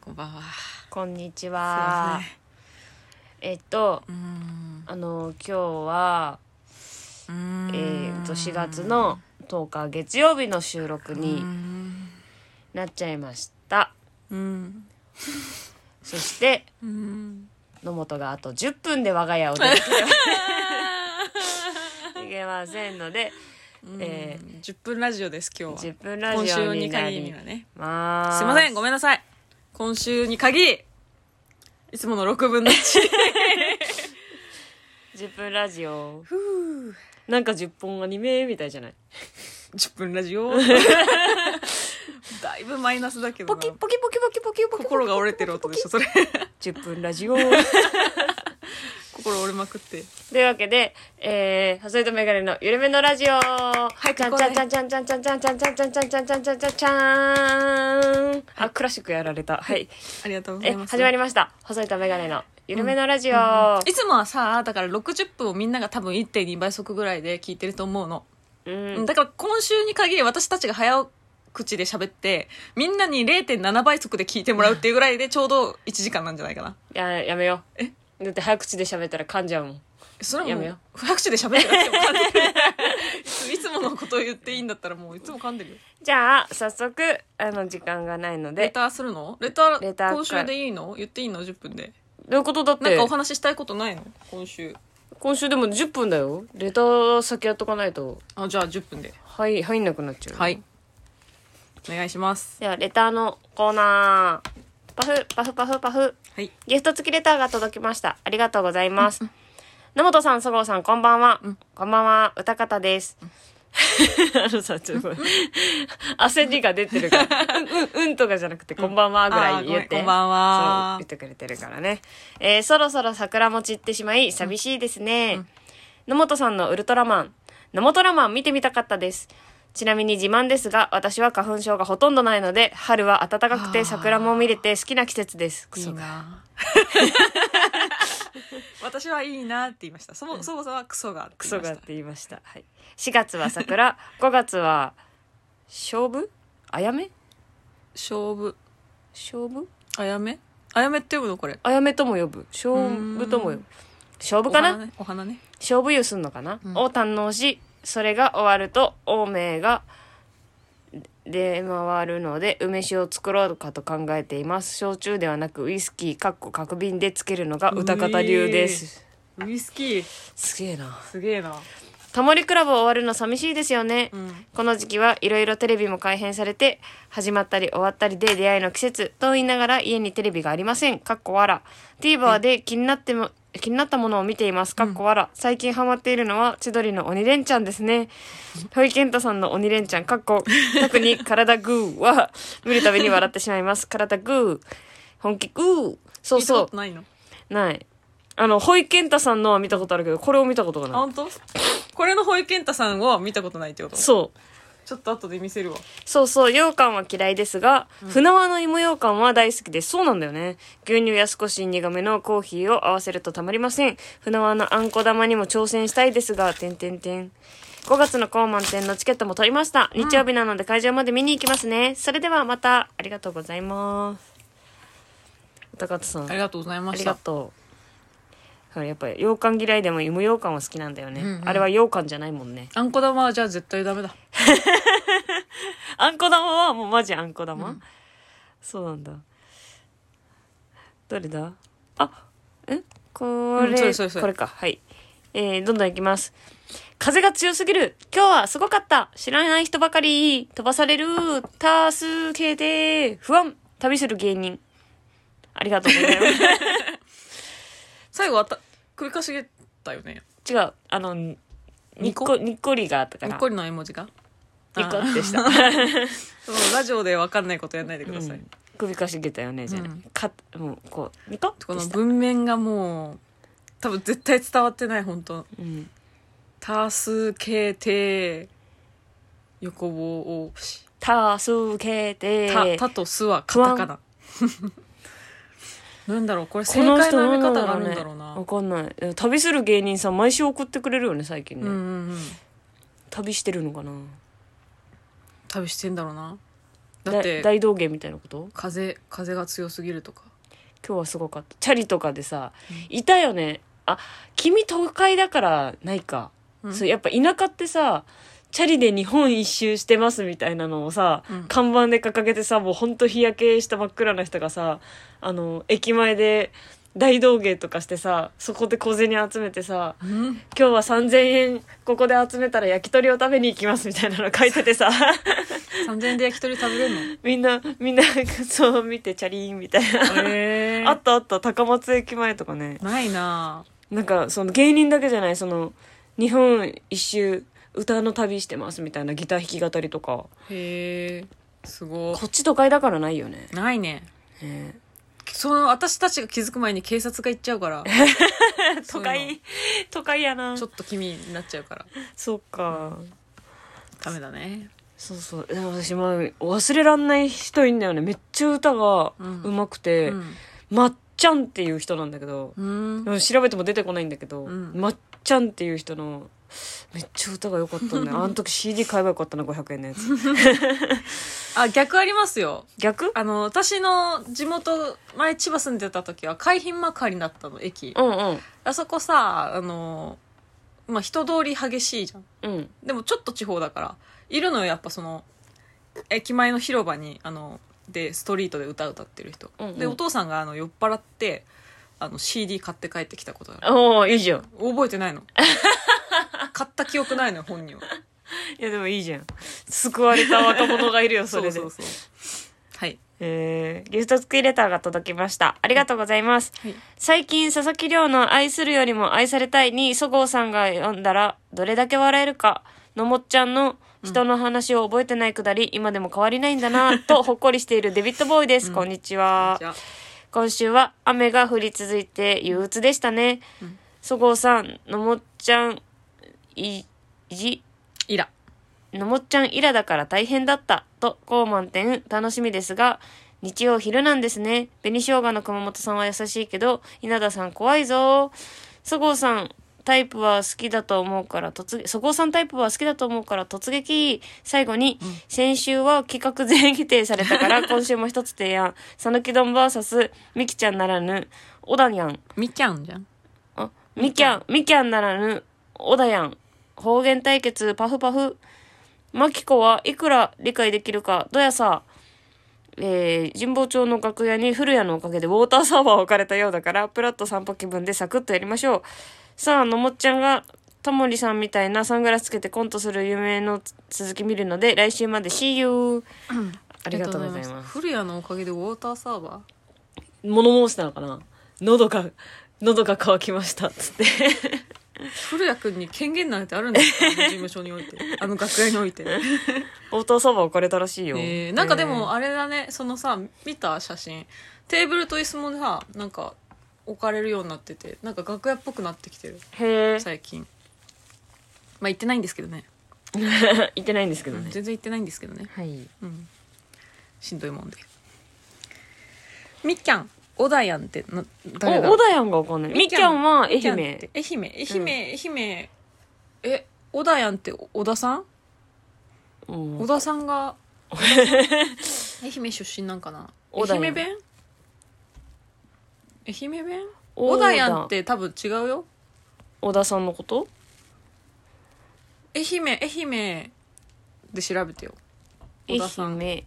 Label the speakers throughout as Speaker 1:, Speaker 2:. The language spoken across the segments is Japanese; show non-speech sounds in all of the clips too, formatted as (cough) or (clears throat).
Speaker 1: こんばんは。
Speaker 2: こんにち
Speaker 1: あ
Speaker 2: は。えっと、
Speaker 1: うーん。
Speaker 2: あの、今日は、
Speaker 1: うーん
Speaker 2: えーっと、4月の10日月曜日の収録
Speaker 1: うー
Speaker 2: に
Speaker 1: ん
Speaker 2: なっちゃいました。
Speaker 1: うん。
Speaker 2: そして、
Speaker 1: うん。
Speaker 2: 野本があと10分で我が家を出なけれ (laughs) ばいけませんので、え
Speaker 1: うん10分ラジオです今日は
Speaker 2: 10。分ラ
Speaker 1: 今
Speaker 2: ジ
Speaker 1: 週
Speaker 2: オに
Speaker 1: に
Speaker 2: な
Speaker 1: 限りに
Speaker 2: り
Speaker 1: はね。
Speaker 2: ます。
Speaker 1: すいませんごめんなさい。今週に限りいつもの6分の1。 (laughs)
Speaker 2: 10分ラジオ。なんか10本アニメみたいじゃない
Speaker 1: 10分ラジ
Speaker 2: (laughs)
Speaker 1: オ。だいぶマイナスだけど
Speaker 2: ポ
Speaker 1: な
Speaker 2: キポキポキポキポキポキ。
Speaker 1: 心が折れてる音でしょそれ。
Speaker 2: 10分ラジオ。
Speaker 1: 心折れまくって。
Speaker 2: というわけで、えー、細いとメガネのゆるめのラジオはい、ちゃん
Speaker 1: ここ
Speaker 2: ち
Speaker 1: で
Speaker 2: ゃんちゃんちゃんちゃんちゃんちゃんちゃんちゃんちゃんちゃんちゃんちゃんちゃんちゃんちゃんあ、クラシックやられた。はい。
Speaker 1: ありがとうござ
Speaker 2: え、
Speaker 1: います。
Speaker 2: 始まりました。細いとメガネのゆるめのラジ
Speaker 1: い
Speaker 2: オ、
Speaker 1: つもはさだから60分をみんなが多分1.2倍速ぐらいで聞いてると思うの、
Speaker 2: うん
Speaker 1: だから今週に限り私たちが早口で喋ってみんなに0.7倍速で聞いてもらうっていうぐらいでちょうど1時間なんじゃないかな
Speaker 2: や、やめよう。だって早口で喋ったら噛んじゃうもん。
Speaker 1: それ
Speaker 2: や
Speaker 1: はも
Speaker 2: め
Speaker 1: う
Speaker 2: よ
Speaker 1: (laughs) 早口で喋ってなくても噛んでる (laughs) いついつものことを言っていいんだったらもういつも噛んでるよ
Speaker 2: じゃあ、早速、あの、時間がないの
Speaker 1: レ
Speaker 2: で。
Speaker 1: ターするのレター
Speaker 2: レターか
Speaker 1: 今週でいいの言っていいの10分で
Speaker 2: どういうことだっ
Speaker 1: なん
Speaker 2: て
Speaker 1: かお、話ししたいことないの今週
Speaker 2: 今週でも10分だよ。レター先やっとかないと、
Speaker 1: あじゃあ10分で
Speaker 2: はい、入んなくなっちゃう。
Speaker 1: はいお願いします
Speaker 2: ではレターのコーナーパフパフパフパフ
Speaker 1: はい
Speaker 2: ギフト付きレターが届きましたありがとうございます野本さんそごうさんこんばんは、こんばんは歌方ですあのさちょっとごめん焦りが出てるから「うんうん」うんとかじゃなくて「こんばんは」ぐらい言
Speaker 1: あーご
Speaker 2: っ
Speaker 1: めん
Speaker 2: て
Speaker 1: こんばんは
Speaker 2: そう言ってくれてるからね、えーそろそろ桜も散ってしまい寂しいですね、野本さんのウルトラマン野本ラマン見てみたかったですちなみに自慢ですが私は花粉症がほとんどないので春は暖かく
Speaker 1: あ
Speaker 2: て
Speaker 1: ー
Speaker 2: 桜も見れて好きな季節ですク
Speaker 1: いい
Speaker 2: ソ
Speaker 1: な (laughs) 私はいいなって言いましたそもそもそもはクソが
Speaker 2: クソがって
Speaker 1: て
Speaker 2: 言いました、はい、4月は (laughs) 桜5月は勝負あやめ
Speaker 1: 勝負
Speaker 2: 勝負
Speaker 1: あやめあやめって呼ぶのこれ
Speaker 2: あやめとも呼ぶ勝負とも呼ぶ勝負か
Speaker 1: お
Speaker 2: な
Speaker 1: 花ねお花ね
Speaker 2: 勝負湯すんのかな、
Speaker 1: うん
Speaker 2: を堪能しそれが終わると王明が出回るので梅酒を作ろうかと考えています焼酎ではなくウイスキーかっこ角瓶でつけるのが歌方流です
Speaker 1: ウイスキー
Speaker 2: すげえな
Speaker 1: すげえな
Speaker 2: タモリクラブ終わるの寂しいですよね、
Speaker 1: うん
Speaker 2: この時期はいろいろテレビも改編されて始まったり終わったりで出会いの季節と言いながら家にテレビがありません。かっこわら。TVer で気になっても気になったものを見ています。かっこわら。最近ハマっているのは千鳥の鬼レンチャンですね。ホイケンタさんの鬼レンチャン、かっこ、特に体グーは見るたびに笑ってしまいます。体グー。本気グー。そう
Speaker 1: 見たこ
Speaker 2: そ
Speaker 1: とないの
Speaker 2: う。ない。あの、ホイケンタさんのは見たことあるけど、これを見たことが
Speaker 1: あ
Speaker 2: ない。
Speaker 1: 本当これの保育園太さんは見たことないってこと
Speaker 2: そう。
Speaker 1: ちょっと後で見せるわ
Speaker 2: そうそう、羊羹は嫌いですが、船輪の芋羊羹は大好きです。そうなんだよね。牛乳や少し苦めのコーヒーを合わせるとたまりません。船輪のあんこ玉にも挑戦したいですが、てんてんてん。5月の高満点のチケットも取りました。日曜日なので会場まで見に行きますね。それではまた、ありがとうございます。歌方さん、
Speaker 1: あり
Speaker 2: あ
Speaker 1: がとうございまし
Speaker 2: り
Speaker 1: た
Speaker 2: がとう。はいやっぱり羊羹嫌いでも芋羊羹は好きなんだよね。
Speaker 1: うんうん
Speaker 2: あれは羊羹じゃないもんね。
Speaker 1: あんこ玉はじゃあ絶対ダメだ
Speaker 2: あんこ玉はもうマジあんこ玉、そうなんだ。どれだあ、えこれ、
Speaker 1: うんそれそれそれ
Speaker 2: これか。はい。えー、どんどんいきます。風が強すぎる今日はすごかった知らない人ばかり飛ばされる助けて不安旅する芸人ありがとうございます。
Speaker 1: 最後あた首かしげたよね
Speaker 2: (laughs) 違う、あの、にっこ、にっこりがあったか
Speaker 1: にっ
Speaker 2: ら。
Speaker 1: こりの絵文字が
Speaker 2: にっこってした。
Speaker 1: そうラジオでわかんないことやんないでください、
Speaker 2: うん首かしげたよね、じゃあね、
Speaker 1: うん
Speaker 2: か、もう、こう、にこって
Speaker 1: この
Speaker 2: した。
Speaker 1: 文面がもう多分絶対伝わってない本当
Speaker 2: うん。
Speaker 1: 助けて横棒をし
Speaker 2: 助けて
Speaker 1: たたとすはカタカナなんだろうこれ正解の読み方があるんだろうな
Speaker 2: わかんないでも旅する芸人さん毎週送ってくれるよね最近
Speaker 1: うん
Speaker 2: ね、
Speaker 1: うんうん
Speaker 2: 旅してるのかな
Speaker 1: 旅してんだろうなだって
Speaker 2: だ大道芸みたいなこと
Speaker 1: 風風が強すぎるとか
Speaker 2: 今日はすごかったチャリとかでさいたよねあ君都会だからないか、
Speaker 1: うん
Speaker 2: そうやっぱ田舎ってさチャリで日本一周してますみたいなのをさ、
Speaker 1: うん
Speaker 2: 看板で掲げてさもうほんと日焼けした真っ暗な人がさあの駅前で大道芸とかしてさそこで小銭集めてさ
Speaker 1: うん (laughs)
Speaker 2: 今日は3000円ここで集めたら焼き鳥を食べに行きますみたいなの書いてて (laughs) さ
Speaker 1: 3000円で焼き鳥食べれるの
Speaker 2: みんなみんなそう見てチャリーンみたいな、
Speaker 1: え
Speaker 2: あったあった高松駅前とかね
Speaker 1: ないな
Speaker 2: なんかその芸人だけじゃないその日本一周歌の旅してますみたいなギター弾き語りとか
Speaker 1: へえすご
Speaker 2: こっち都会だからないよね
Speaker 1: いないね
Speaker 2: ね
Speaker 1: その私たちが気づく前に警察が行っちゃうから
Speaker 2: (laughs) 都
Speaker 1: そういう
Speaker 2: 会都会やな
Speaker 1: のちょっと君になっちゃうから
Speaker 2: そっか
Speaker 1: ダメだね
Speaker 2: そうそうでも私も忘れらんない人いんだよねめっちゃ歌が
Speaker 1: うん
Speaker 2: 上手くて、
Speaker 1: うん
Speaker 2: まっちゃんっていう人なんだけど、
Speaker 1: うん
Speaker 2: でも調べても出てこないんだけど、
Speaker 1: うん
Speaker 2: まっちゃんっていう人のめっちゃ歌が良かった
Speaker 1: (laughs)
Speaker 2: んだよあの時 CD 買えばよかったな500円のやつ
Speaker 1: あ逆ありますよ
Speaker 2: 逆
Speaker 1: あの私の地元前千葉住んでた時は海浜幕張だったの駅
Speaker 2: うんうん
Speaker 1: あそこさあのまあ人通り激しいじゃん
Speaker 2: うん
Speaker 1: でもちょっと地方だからいるのよやっぱその駅前の広場にあのでストリートで歌歌ってる人、
Speaker 2: うんうん
Speaker 1: でお父さんがあの酔っ払ってあの CD 買って帰ってきたことある
Speaker 2: おおいいじゃん
Speaker 1: 覚えて
Speaker 2: (laughs)
Speaker 1: ないの買った記憶ないのよ本人はい
Speaker 2: やでもいいじゃん救われた若者がいるよそれで
Speaker 1: うそうそうはい
Speaker 2: えー、ギフト付きレターが届きましたありがとうございます、
Speaker 1: はい
Speaker 2: 最近佐々木亮の「愛するよりも愛されたい」にそごうさんが読んだらどれだけ笑えるかのもっちゃんの人の話を覚えてないくだり、今でも変わりないんだなぁとほっこりしているデビッドボーイです、こんにちは
Speaker 1: じゃあ
Speaker 2: 今週は雨が降り続いて憂鬱でしたね
Speaker 1: うん
Speaker 2: そごうさんのもっちゃんいいじ
Speaker 1: イラ
Speaker 2: のもっちゃんイラだから大変だったと高満点楽しみですが日曜昼なんですね紅生姜の熊本さんは優しいけど稲田さん怖いぞそごうさんタイプは好きだと思うから突撃そごうさんタイプは好きだと思うから突撃最後に、先週は企画全否定されたから今週も一つ提案讃岐丼 VS みきちゃんならぬおだにゃん
Speaker 1: みきゃんじゃん
Speaker 2: あ、みきゃん、みきゃんならぬ、おだやん。方言対決、パフパフ。まきこはいくら理解できるか、どやさ。えー、神保町の楽屋に古谷のおかげでウォーターサーバーを置かれたようだから、プラッと散歩気分でサクッとやりましょう。さあ、のもっちゃんが、タモリさんみたいなサングラスつけてコントする夢の続き見るので、来週まで See you! (clears throat) あ
Speaker 1: あ
Speaker 2: りがとうございます。
Speaker 1: 古谷のおかげでウォーターサー (laughs) バ
Speaker 2: 物申したのかな喉が、喉が渇きました。つって。
Speaker 1: ー古谷君に権限なんてあるんです
Speaker 2: (laughs)
Speaker 1: かあの事務所においてあの楽屋において
Speaker 2: (laughs) ウォーターサーバー置かれたらしいよ。
Speaker 1: えーなんかでもあれだねそのさ見た写真テーブルと椅子もさなんか置かれるようになっててなんか楽屋っぽくなってきてる
Speaker 2: へえ。
Speaker 1: 最近まあ行ってないんですけどね
Speaker 2: 行ってないんですけどね。
Speaker 1: 全然行ってないんですけどね
Speaker 2: はい。
Speaker 1: うんしんどいもんでみっきゃんおだやんってな誰だ
Speaker 2: お、おだやんがわかんない。みっ
Speaker 1: み
Speaker 2: き
Speaker 1: き
Speaker 2: ゃ
Speaker 1: ゃん
Speaker 2: んは愛
Speaker 1: みっきゃんっ
Speaker 2: 媛
Speaker 1: て。愛媛愛媛愛媛えおだやんって小田さん
Speaker 2: うん
Speaker 1: 小田さん
Speaker 2: (laughs)
Speaker 1: が愛媛出身なんかな
Speaker 2: 小田
Speaker 1: 愛
Speaker 2: や
Speaker 1: 媛
Speaker 2: ん
Speaker 1: 弁愛媛弁小田やんっ。て多分違うよ
Speaker 2: 小田さんのこと
Speaker 1: 愛媛愛媛で調べてよ
Speaker 2: 愛
Speaker 1: 小田さん
Speaker 2: 媛。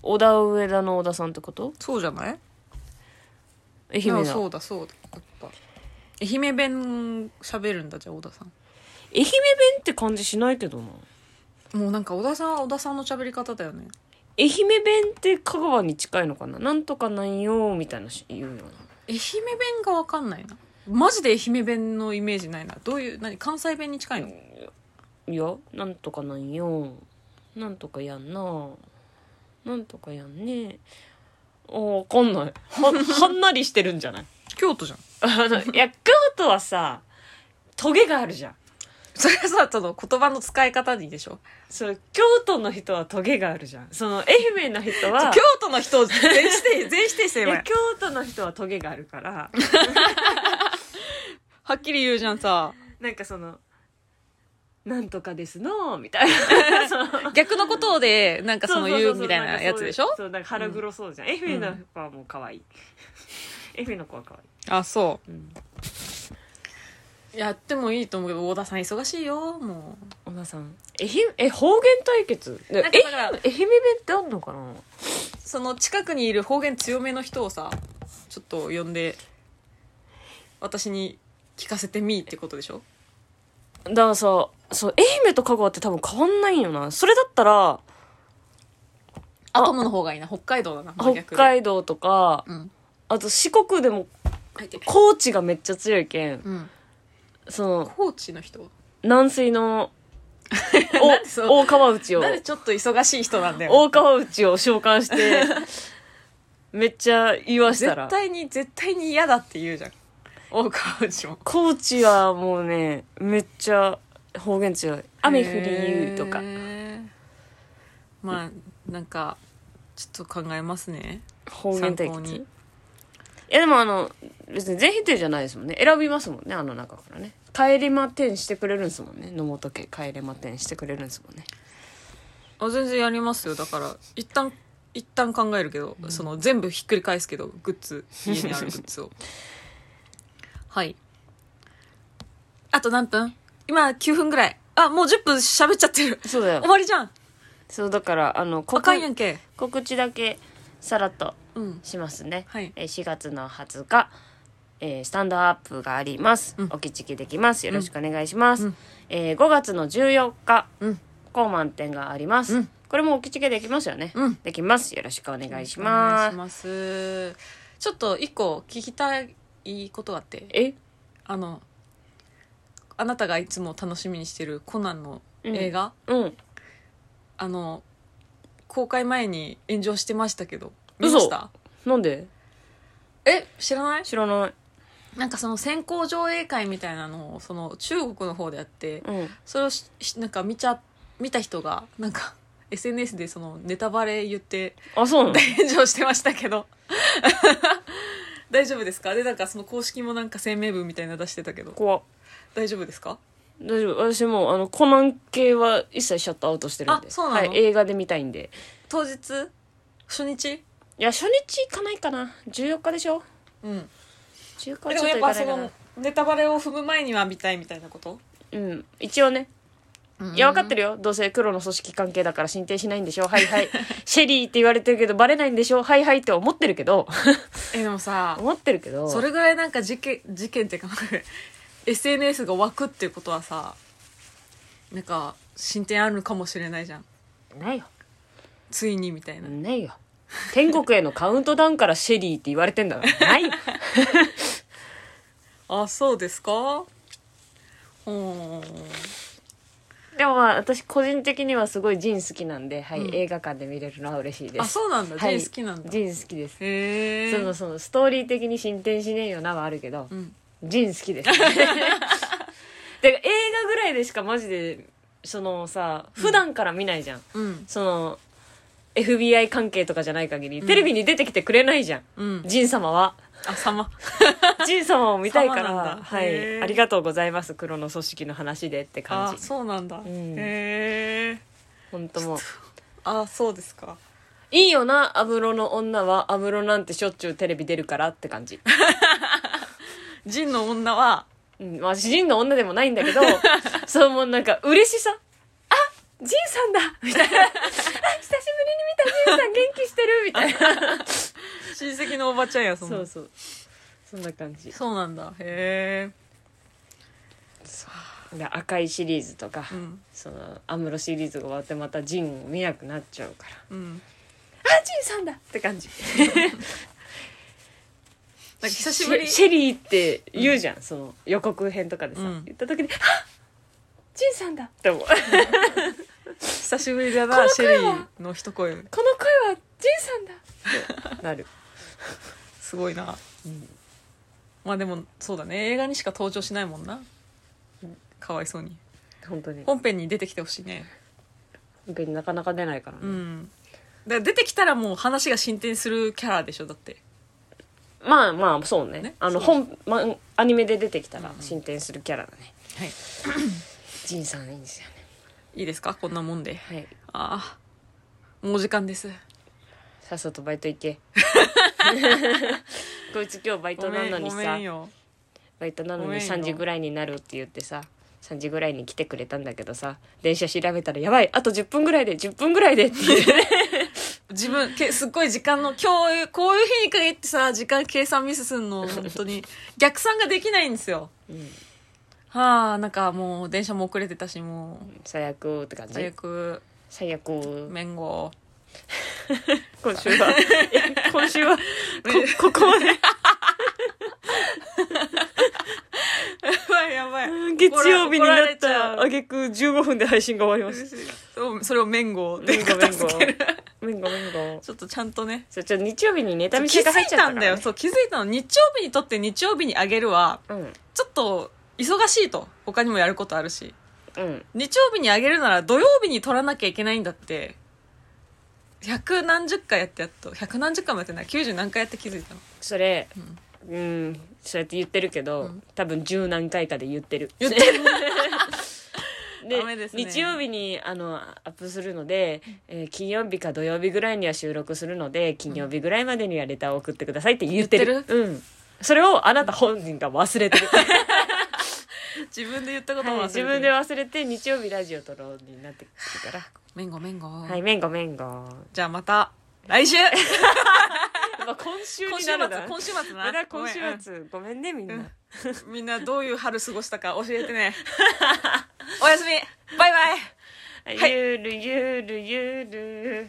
Speaker 2: 小田上田の小田さんってこと
Speaker 1: そうじゃない
Speaker 2: 愛
Speaker 1: あ
Speaker 2: 媛だ。
Speaker 1: そうだそうだやっぱ愛媛弁喋るんだじゃあ小田さん
Speaker 2: 愛媛弁って感じしないけどな。
Speaker 1: もうなんか小田さんは小田さんの喋り方だよね
Speaker 2: 愛媛弁って香川に近いのかななんとかなんよみたいなし言うよな。
Speaker 1: 愛媛弁が分かんないなマジで愛媛弁のイメージないなどういう何関西弁に近いの
Speaker 2: いや、なんとかなんよ。なんとかやんな。なんとかやんね。おわかんない。は、はんなりしてるんじゃない
Speaker 1: 京都じゃん
Speaker 2: あの、 (laughs) いや、京都はさ、トゲがあるじゃん。
Speaker 1: それはさその言葉の使い方にでしょ
Speaker 2: それ、京都の人はトゲがあるじゃん。その、愛媛の人は、
Speaker 1: 京都の人を全否 (laughs) 定全否定して
Speaker 2: いや
Speaker 1: は
Speaker 2: 京都の人はトゲがある
Speaker 1: (laughs)
Speaker 2: から、
Speaker 1: っきり言うじゃんさ
Speaker 2: なんかその、なんとかですのーみたいなそう
Speaker 1: 逆のことでなんかその
Speaker 2: うう
Speaker 1: 言
Speaker 2: う
Speaker 1: う
Speaker 2: う
Speaker 1: みたいなやつでしょ
Speaker 2: そうなんか腹黒そうじゃん、エフェの子はもう可愛い (laughs) エフェの子は可愛
Speaker 1: あそ
Speaker 2: い、うん、
Speaker 1: うやってもいいと思うけど大田さん忙しいよも
Speaker 2: 小田さんえひえ方言対決え
Speaker 1: うなんかだから
Speaker 2: 愛媛弁ってあんのかな
Speaker 1: その近くにいる方言強めの人をさちょっと呼んで私に聞かせてみーってことでしょ
Speaker 2: だからさそう愛媛と香川って多分変わんないんよなそれだったら
Speaker 1: アトムの方がいいな北海道だな真
Speaker 2: 北
Speaker 1: 逆で
Speaker 2: 海道とか
Speaker 1: うん
Speaker 2: あと四国でも
Speaker 1: 入って
Speaker 2: 高知がめっちゃ強いけん
Speaker 1: うん
Speaker 2: その
Speaker 1: 高知の人
Speaker 2: 軟水
Speaker 1: (laughs)
Speaker 2: のお
Speaker 1: なんでそう
Speaker 2: 大川内を
Speaker 1: なんでちょっと忙しい人なんだよ
Speaker 2: 大川内を召喚して
Speaker 1: (laughs)
Speaker 2: めっちゃ言わした
Speaker 1: 絶
Speaker 2: ら
Speaker 1: 対に絶対に嫌だって言うじゃん大川内も
Speaker 2: 高知はもうねめっちゃ方言強い雨降り言うとか
Speaker 1: へーまあなんかちょっと考えますね
Speaker 2: 方言対
Speaker 1: 参考
Speaker 2: 決
Speaker 1: に
Speaker 2: いやでもあの別に全否定じゃないですもんね選びますもんねあの中からね帰りまてんしてくれるんですもんね野本家帰りまてんしてくれるんですもんね
Speaker 1: あ全然やりますよだから一旦一旦考えるけど、その全部ひっくり返すけどグッズ家にあるグッズをはいあと何分今9分ぐらいあもう10分喋っちゃってる
Speaker 2: そうだ
Speaker 1: 終
Speaker 2: よ
Speaker 1: わりじゃん
Speaker 2: そうだからあの
Speaker 1: あ
Speaker 2: 告
Speaker 1: かんやんけ
Speaker 2: 告知だけさらっと
Speaker 1: うん
Speaker 2: しますね、
Speaker 1: はい
Speaker 2: えー4月の20日、えースタンドアップがあります、
Speaker 1: うん
Speaker 2: お聞きできますよろしくお願いします、
Speaker 1: うん
Speaker 2: えー5月の14日
Speaker 1: うん
Speaker 2: 高満点があります、
Speaker 1: うん
Speaker 2: これもお聞きできますよね、
Speaker 1: うん
Speaker 2: できますよろしくお願いし
Speaker 1: お願い
Speaker 2: ます
Speaker 1: しますちょっと一個聞きたいことがあって
Speaker 2: え
Speaker 1: あのあなたがいつも楽しみにしてるコナンの映画、
Speaker 2: うん
Speaker 1: あの公開前に炎上してましたけど見
Speaker 2: 嘘
Speaker 1: ました
Speaker 2: なんで
Speaker 1: え知らない
Speaker 2: 知らない
Speaker 1: なんかその先行上映会みたいなのをその中国の方でやって
Speaker 2: うん
Speaker 1: それをししなんか見ちゃ見た人がなんか SNS でそのネタバレ言って
Speaker 2: あそう
Speaker 1: (laughs)
Speaker 2: (laughs) なの
Speaker 1: 炎上してましたけど (laughs) 大丈夫ですかでなんかその公式もなんか声明文みたいなの出してたけど
Speaker 2: 怖っ
Speaker 1: 大丈夫ですか
Speaker 2: 大丈夫私もうあのコナン系は一切シャットアウトしてるんで
Speaker 1: あそうなの
Speaker 2: はい、映画で見たいんで
Speaker 1: 当日初日
Speaker 2: いや初日行かないかな14日でしょ
Speaker 1: うん
Speaker 2: 14日は
Speaker 1: でもや
Speaker 2: ちょっと
Speaker 1: っ
Speaker 2: 行か
Speaker 1: ぱ
Speaker 2: な
Speaker 1: そ
Speaker 2: いかな
Speaker 1: のネタバレを踏む前には見たいみたいなこと
Speaker 2: うん一応ねいや分かってるよどうせ黒の組織関係だから進展しないんでしょはいはい
Speaker 1: (laughs)
Speaker 2: シェリーって言われてるけどバレないんでしょはいはいって思ってるけど
Speaker 1: えでもさ
Speaker 2: 思ってるけど
Speaker 1: それぐらいなんか事件事件っていうかなんか SNS が湧くっていうことはさなんか進展あるかもしれないじゃん
Speaker 2: ないよ
Speaker 1: ついにみたいな、
Speaker 2: ないよ天国へのカウントダウンからシェリーって言われてんだろないよ
Speaker 1: (laughs) あそうですかほ
Speaker 2: でもまあ私個人的にはすごいジン好きなんで、はい
Speaker 1: うん
Speaker 2: 映画館で見れるのは嬉しいで
Speaker 1: うあ
Speaker 2: す
Speaker 1: そうなんだ、
Speaker 2: はい
Speaker 1: ジン好きなんだ
Speaker 2: ジン好きです
Speaker 1: へえ
Speaker 2: そのそのストーリー的に進展しねえよなはあるけど、
Speaker 1: うん
Speaker 2: ジン好
Speaker 1: (laughs)
Speaker 2: きですだから映画ぐらいでしかマジでそのさ普段から見ないじゃん、
Speaker 1: うん
Speaker 2: その FBI 関係とかじゃない限り
Speaker 1: ん
Speaker 2: テレビに出てきてくれないじゃん、
Speaker 1: うん
Speaker 2: ジン
Speaker 1: (laughs)
Speaker 2: 様は
Speaker 1: あ様
Speaker 2: ジン様を見たいか
Speaker 1: 様なん
Speaker 2: ら
Speaker 1: だ
Speaker 2: は
Speaker 1: へ
Speaker 2: い
Speaker 1: ー
Speaker 2: ありがとうございます黒の組織の話でって
Speaker 1: あ
Speaker 2: 感じ
Speaker 1: そうなんだ、
Speaker 2: ん
Speaker 1: へえ
Speaker 2: 本当もう
Speaker 1: あそうですか
Speaker 2: いいよな安室の女は安室なんてしょっちゅうテレビ出るからって感じ
Speaker 1: ジンの女は
Speaker 2: うん、まあ、主人の女でもないんだけど、 (laughs) そう、もうなんか、嬉しさ。あ、じいさんだみたいな。 (laughs) あ、久しぶりに見たじいさん元気してるみたいな。
Speaker 1: 親戚のおばちゃんやその
Speaker 2: そうそう。そんな感じ。
Speaker 1: そうなんだへ
Speaker 2: で赤いシリーズとか、
Speaker 1: えうん
Speaker 2: その、アムロシリーズが終わってまたジンを見なくなっちゃうから。
Speaker 1: うん
Speaker 2: あ、ジンさんだって感じ。
Speaker 1: なんか久しぶり
Speaker 2: シェシェリーって言うじゃん、その予告編とかでさ、
Speaker 1: うん
Speaker 2: 言った時に、あジンさんだって思う。
Speaker 1: 久しぶりだ
Speaker 2: こ
Speaker 1: な
Speaker 2: の
Speaker 1: シェリ
Speaker 2: 声は
Speaker 1: ーの一声
Speaker 2: この声はジンさんだ (laughs) ってなる。
Speaker 1: すごいな、まあでもそうだね映画にしか登場しないもんなかわいそうに
Speaker 2: 本当に。
Speaker 1: 本編に出てきてほしいね
Speaker 2: 本当になかなか出ないからね。
Speaker 1: うんだから出てきたらもう話が進展するキャラでしょだって
Speaker 2: まあまあそうね
Speaker 1: ね
Speaker 2: あの
Speaker 1: そ
Speaker 2: 本、ま、アニメで出てきたら進展するキャラだね、
Speaker 1: はい
Speaker 2: ジンさんいいんですよね
Speaker 1: いいですかこんなもんで
Speaker 2: はい
Speaker 1: ああもう時間です
Speaker 2: さっさとバイト行
Speaker 1: (laughs)
Speaker 2: けこいつ今日バイ
Speaker 1: ご
Speaker 2: トな
Speaker 1: め
Speaker 2: の
Speaker 1: ん
Speaker 2: に
Speaker 1: ごめ
Speaker 2: さ
Speaker 1: んよ
Speaker 2: バイトなの
Speaker 1: ごめ
Speaker 2: に
Speaker 1: んよ
Speaker 2: 3時ぐらいになるって言ってさ3時ぐらいに来てくれたんだけどさ電車調べたら「やばいあと10分ぐらいで10分ぐらいで」って言ってね
Speaker 1: 自分けすっごい時間の今日こういう日に限ってさ時間計算ミスすんの本当に (laughs) 逆算ができないんですよ、
Speaker 2: うん
Speaker 1: はあなんかもう電車も遅れてたしも
Speaker 2: 最悪って感
Speaker 1: う
Speaker 2: じ
Speaker 1: 最悪
Speaker 2: 最悪今
Speaker 1: 面後
Speaker 2: 週は今週はこここまで (laughs)
Speaker 1: やばいやばい
Speaker 2: 月曜日になっ
Speaker 1: 怒ら
Speaker 2: た
Speaker 1: れちゃう
Speaker 2: 挙句15分で配信が終わりました
Speaker 1: そうそれを面
Speaker 2: (laughs)
Speaker 1: 後
Speaker 2: め
Speaker 1: で
Speaker 2: んごめ
Speaker 1: 片
Speaker 2: んご
Speaker 1: 付ける
Speaker 2: めんごめんご
Speaker 1: ちょっとちゃんとね
Speaker 2: そうちょっと日曜日にネタ見
Speaker 1: 気づ
Speaker 2: せ
Speaker 1: い
Speaker 2: が入っちゃった
Speaker 1: た
Speaker 2: から、
Speaker 1: んだ
Speaker 2: ね、
Speaker 1: よそう気づいたの日曜日にとって日曜日にあげるは
Speaker 2: うん
Speaker 1: ちょっと忙しいと他にもやることあるし
Speaker 2: うん
Speaker 1: 日曜日にあげるなら土曜日に撮らなきゃいけないんだって百何十回やってやっと百何十回もやってない九十何回やって気づいたの
Speaker 2: それうん、そうやって言ってるけど、
Speaker 1: うん
Speaker 2: 多分十何回かで言ってる
Speaker 1: 言って
Speaker 2: (laughs)
Speaker 1: ダメ
Speaker 2: で
Speaker 1: ですね
Speaker 2: 日曜日にあのアップするので、えー金曜日か土曜日ぐらいには収録するので金曜日ぐらいまでにはレターを送ってくださいって言ってる
Speaker 1: 言って
Speaker 2: うん、それをあなた本人が忘れてる、
Speaker 1: 自分で言ったこと
Speaker 2: (laughs) はい
Speaker 1: も忘れて
Speaker 2: 自
Speaker 1: る、
Speaker 2: 分で忘れて日曜日ラジオ撮ろうになってくるか
Speaker 1: めんごめんご、
Speaker 2: らはいめんごめんごま
Speaker 1: じゃあまた来週
Speaker 2: あ今週
Speaker 1: 今
Speaker 2: に
Speaker 1: 週
Speaker 2: な
Speaker 1: 末
Speaker 2: るな
Speaker 1: 今週末な
Speaker 2: まだ今週
Speaker 1: ごめんうん
Speaker 2: 末ごめんねみんな、
Speaker 1: うんみんなどういう春過ごしたか教えてね (laughs) おやすみバイバイはい
Speaker 2: ゆるゆるゆる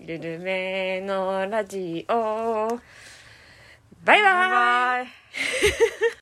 Speaker 2: ゆるめのラジオバイバイ
Speaker 1: バイバイ